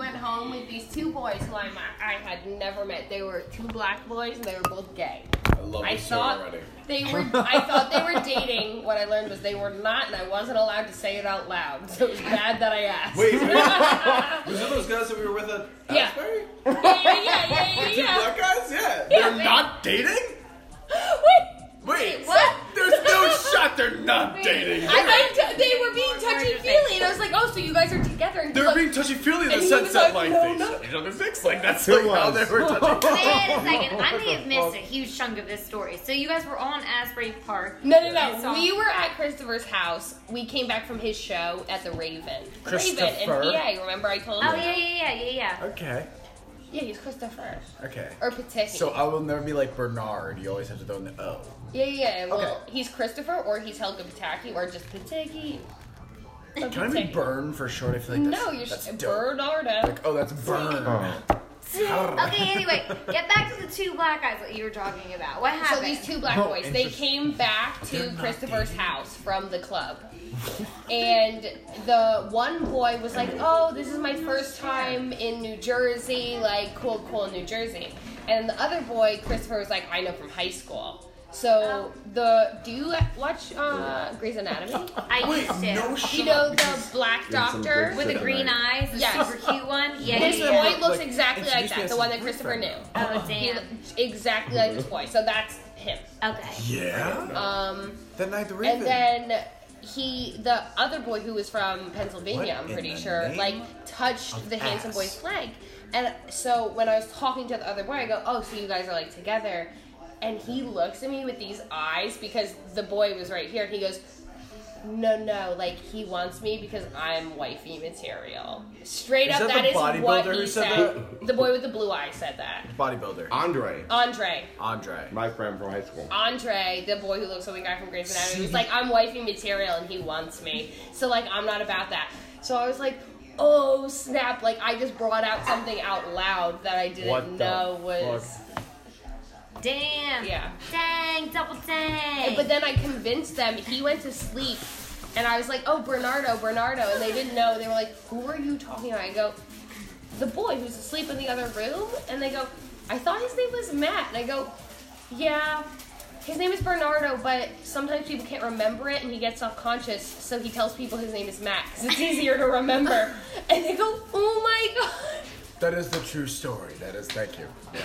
home with these two boys who I'm, I had never met. They were two black boys and they were both gay. I love I this show thought Oh, already. they were. I thought they were dating. What I learned was they were not, and I wasn't allowed to say it out loud. So it was bad that I asked. Wait, wait. was it those guys that we were with at Yeah. Asbury? Yeah, yeah, yeah, yeah, Two yeah. black guys? Yeah. Yeah, They're they- not dating? Wait. Wait, what? There's no shot they're not dating. I thought they were being touchy feely, and I was like, oh, so you guys are together? And They're look, being touchy feely in the And he sense was that like like, they no, shot each other's dicks. Like that's Who like how they was? were touching. Wait a second. I may have missed a huge chunk of this story. So you guys were on Asbury Park. No, no, That's no. all. We were at Christopher's house. We came back from his show at the Raven. Raven in Christopher? PA. Remember I told you? Oh yeah, yeah, yeah, yeah, yeah. Okay. Yeah, he's Christopher. Okay. Or Pateki. So uh, I will never be like Bernard. You always have to throw in the O. yeah, yeah. Well, Okay. he's Christopher, or he's Helga Pataki, or just Pateki. Or Can I be Pateki. Burn for short? I feel like that's, No, you're that's just dope. Bernardo. Like, oh, that's Burn. Okay. Anyway, get back to the two black guys that you were talking about. What So happened? these two black Oh, boys, they interesting. came back They're to not Christopher's dating. house from the club. and the one boy was like, "Oh, this is my first time in New Jersey, like cool, cool New Jersey." And the other boy, Christopher, was like, "I know from high school." So the do you watch uh, Grey's Anatomy? I Wait, used to. no shot. You know the black doctor With the green eyes, the Yes. super cute one. Yeah, This yeah, yeah. boy looks Like, exactly like introduce me that, as the his one that Christopher knew. boyfriend. Oh He damn. looked exactly like this boy. So that's him. Okay. Yeah. Um, That night the Raven. and then he, the other boy who was from Pennsylvania, What I'm in pretty the sure, name like touched of the handsome ass? boy's leg. And so when I was talking to the other boy, I go, "Oh, so you guys are like together?" And he looks at me with these eyes because the boy was right here. He goes, "No, no, like he wants me because I'm wifey material." Straight Is up, that that the is what bodybuilder he who said said. The boy with the blue eye said that. bodybuilder. Andre, Andre, Andre. my friend from high school. Andre, the boy who looks like the guy from Grey's Anatomy, was like, I'm wifey material and he wants me. So, like, I'm not about that. So I was like, oh, snap. Like, I just brought out something out loud that I didn't What the know was. Damn. Yeah. Dang. Double dang. But then I convinced them, he went to sleep. And I was like, oh, Bernardo, Bernardo. And they didn't know. They were like, who are you talking about? I go, the boy who's asleep in the other room. And they go, I thought his name was Matt. And I go, yeah, his name is Bernardo, but sometimes people can't remember it and he gets self conscious. So he tells people his name is Matt because it's easier to remember. And they go, oh my God. That is the true story. That is. Thank you. Yeah.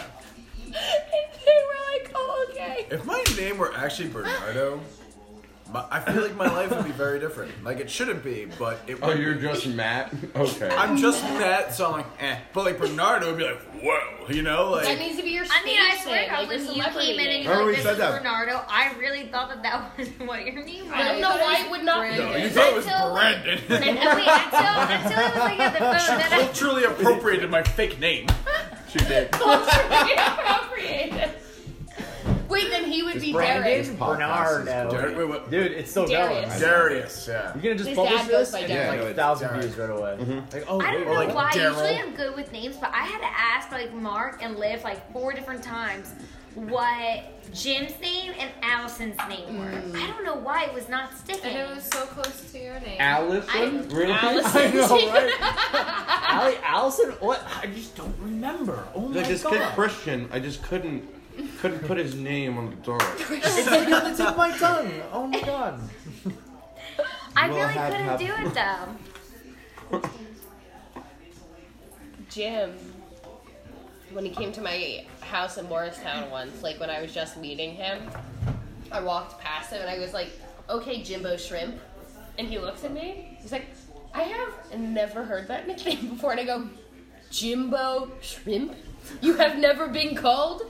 And they were like, oh, okay. If my name were actually Bernardo, my, I feel like my life would be very different. Like it shouldn't be, but it. Oh, would you're be. just Matt. Okay. I'm just Matt, so I'm like, eh. But like Bernardo would be like, whoa, you know, like. That needs to be your I mean, I stage swear, name, to God, like your when you celebrity came in and name. you were Remember we like, this said is that. Bernardo, I really thought that that was what your name was. I don't know why it would not be no, Brandon. you thought it was Until- Brandon. And wait, until, until I was looking at the phone, then I, Culturally appropriated my fake name. She did. culturally appropriated. Wait, then he would be Derek. Brandon podcast is Derek, Bernardo. wait, what? Dude, it's still going. Darius. Darius, yeah. You're gonna just His publish dad goes this by and Darius. get Yeah, like no, a it's Mm-hmm. thousand Darius. views right away. Like, oh, I wait, don't know Or like why. Daryl. Usually I'm good with names, but I had to ask like Mark and Liv like four different times what Jim's name and Allison's name were. I don't know why it was not sticking. And it was so close to your name. Allison, really? Allison. I know, right? Ali, Allison, what? I just don't remember. Oh my Like this god. kid Christian, I just couldn't couldn't put his name on the door. It's like on the tip of my tongue. Oh my god. I We'll really have to couldn't have- do it though. Jim. When he came to my house in Morristown once, like when I was just meeting him, I walked past him and I was like, okay, Jimbo Shrimp. And he looks at me. He's like, I have never heard that nickname before. And I go, Jimbo Shrimp? You have never been called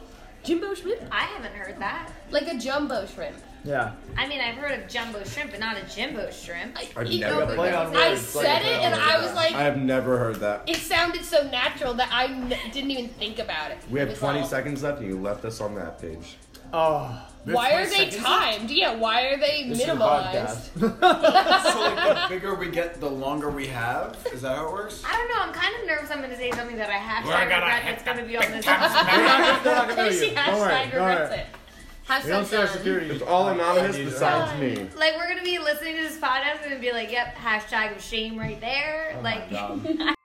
Jimbo Shrimp? I haven't heard that. Like a jumbo shrimp. Yeah. I mean, I've heard of jumbo shrimp, but not a jimbo shrimp. I, I've you never know, heard Play on I words, play said on it and words. I was like, I have never heard that. it sounded so natural that I n- didn't even think about it. We It have was 20 all, seconds left, and you left us on that page. Oh, Why are they seconds timed? Yeah, why are they this is a minimalized? podcast. So like the bigger we get, the longer we have. Is that how it works? I don't know. I'm kind of nervous. I'm going to say something that I have to regret. That's going to be on this. Casey hashtag regrets it. We don't Hashtag share done. security. It's all anonymous Dude, besides me. Like we're gonna be listening to this podcast and be like, "Yep, hashtag of shame right there." Oh my like, God. I